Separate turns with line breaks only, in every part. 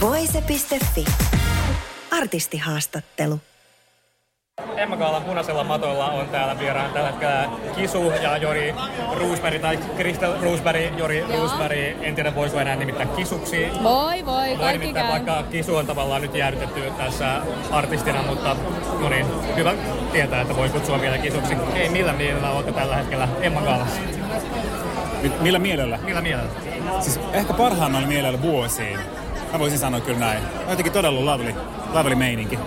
Voise.fi. Artistihaastattelu.
Emma Kaalan punaisella matolla on täällä vieraan tällä hetkellä Kisu ja Jori Roosberg, tai Kristel Roosberg, Jori Roosberg, en tiedä voisiko enää nimittää Kisuksi.
Voi voi,
Voi
kaikki
nimittäin,
käy.
vaikka Kisu on tavallaan nyt jäädytetty tässä artistina, mutta no niin, hyvä tietää, että voi kutsua vielä Kisuksi. Ei, millä mielellä olette tällä hetkellä Emma Kaalassa?
Mi- Millä mielellä?
Millä mielellä?
Siis ehkä parhaimmalla mielellä vuosiin. Mä voisin sanoa kyllä näin. On jotenkin todella lovely, lovely meininki.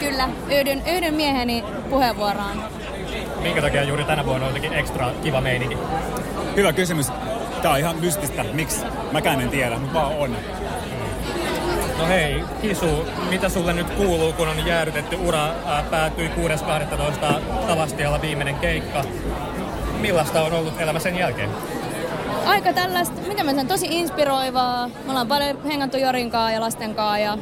Kyllä, yhdyn, yhdyn mieheni puheenvuoroon.
Minkä takia juuri tänä vuonna on jotenkin ekstra kiva meininki?
Hyvä kysymys. Tää on ihan mystistä. Miksi? Mäkään en tiedä, mutta vaan on.
No hei, Kisu, mitä sulle nyt kuuluu, kun on jäädytetty ura, ää, päättyi 6.12. Tavastialla viimeinen keikka. Millaista on ollut elämä sen jälkeen?
Aika tällaista, mitä mä sanon, tosi inspiroivaa. Me ollaan paljon hengattu Jorin kaa ja lasten kaa ja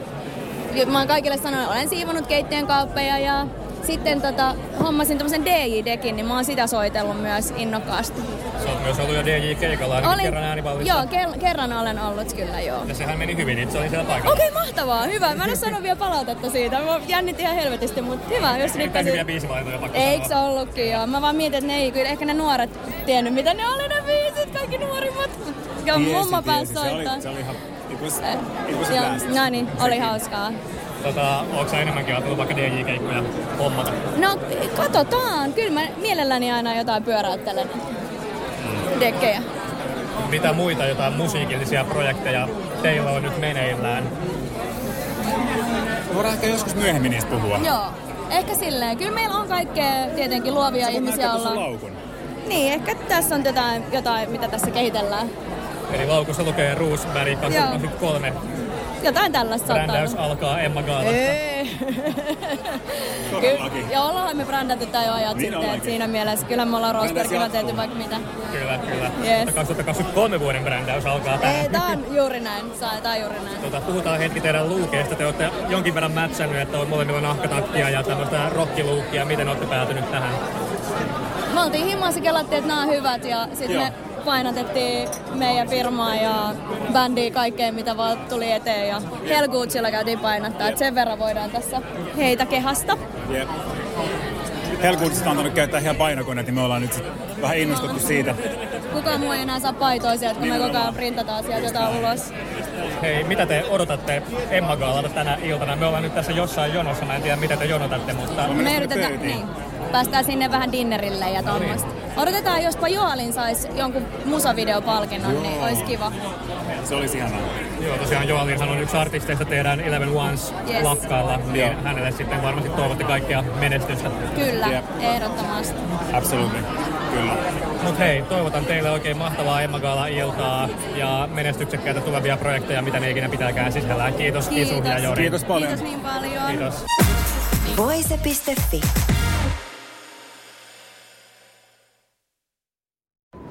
ja mä oon kaikille sanonut, olen siivonut keittiön kaappeja ja sitten tota, hommasin tämmöisen DJ-dekin, niin mä oon sitä soitellut myös innokkaasti.
Sä oot myös ollut jo DJ-keikalla ainakin kerran äänivallissa.
joo, ker- kerran olen ollut kyllä joo.
Ja sehän meni hyvin, itse oli siellä paikalla.
Okei, mahtavaa, hyvä. Mä en oo sanonut vielä palautetta siitä. Mä jännitin ihan helvetisti, mutta hyvä, jos nyt
Erittäin hyviä biisivalintoja pakko
Eikö se
sanoa.
ollutkin joo? Mä vaan mietin, että ne ei kyllä ehkä ne nuoret tiennyt, mitä ne oli ne biisit, kaikki nuorimmat. Ja mummo pääsi
tiesi. Se oli,
soittaa.
se oli ihan... It was, it was a blast.
Joo, no niin, oli hauskaa.
Tota, ootko sä enemmänkin ajatellut vaikka DJ-keikkoja hommata?
No, katsotaan. Kyllä mä mielelläni aina jotain pyöräyttelen.
Mm.
Dekkejä.
Mitä muita jotain musiikillisia projekteja teillä on nyt meneillään?
Voidaan ehkä joskus myöhemmin niistä puhua.
Joo, ehkä silleen. Kyllä meillä on kaikkea tietenkin luovia ihmisiä
olla.
ollaan.
Laukun.
Niin, ehkä tässä on jotain, jotain, mitä tässä kehitellään.
Eli laukussa lukee Roosberg 2023.
Jotain tällaista saattaa olla.
Brändäys alkaa Emma Gaalassa.
Ei.
Todellakin.
ja ollaanhan me brändätty tai jo ajat
Niin
sitten,
ollaankin.
että siinä mielessä kyllä me ollaan
Brändäys
Rosbergilla
jatkuu.
tehty vaikka mitä.
Kyllä, kyllä.
Yes.
Mutta 2023 vuoden brändäys alkaa
Ei,
tänään.
tää on juuri näin, saa, tää on juuri näin.
Tota, puhutaan hetki teidän luukeista. Te olette jonkin verran mätsännyt, että on molemmilla nahkatakkia ja tämmöistä rokkiluukkia. Miten olette päätynyt tähän?
Me oltiin himassa, kelattiin, että nämä on hyvät ja sitten
Joo.
me painotettiin meidän firmaa ja bändiä kaikkea, mitä vaan tuli eteen ja Helguutsilla käytiin painattaa, että sen verran voidaan tässä heitä kehasta.
Jep. Helkuutista on antanut käyttää ihan painokoneet, niin me ollaan nyt sit vähän innostuttu siitä.
Kukaan muu ei enää saa paitoa sieltä, kun me koko ajan printataan sieltä jotain ulos.
Hei, mitä te odotatte Emma Gaalalta tänä iltana? Me ollaan nyt tässä jossain jonossa. Mä en tiedä, mitä te jonotatte, mutta
mennä
Me
sinne
yritetään,
pöytiin.
niin, päästään sinne vähän dinnerille ja tuommoista. Odotetaan, jospa Joalin saisi jonkun musavideopalkinnon, Joo. niin olisi kiva.
Se olisi ihanaa.
joo, tosiaan Joalinhan on yksi artisteista teidän Eleven Ones
Yes.
lakkailla. Niin
Joo.
hänelle sitten varmasti toivotte kaikkea menestystä.
Kyllä,
Jep.
ehdottomasti.
Absolutely. Kyllä.
Mut hei, toivotan teille oikein mahtavaa Emma Gaala iltaa ja menestyksekkäitä tulevia projekteja, mitä ne ikinä pitääkään sisällään. Kiitos, Kiitos. Kisu ja
Kiitos.
Jori.
Kiitos paljon.
Kiitos niin paljon.
Kiitos.
Voise.fi.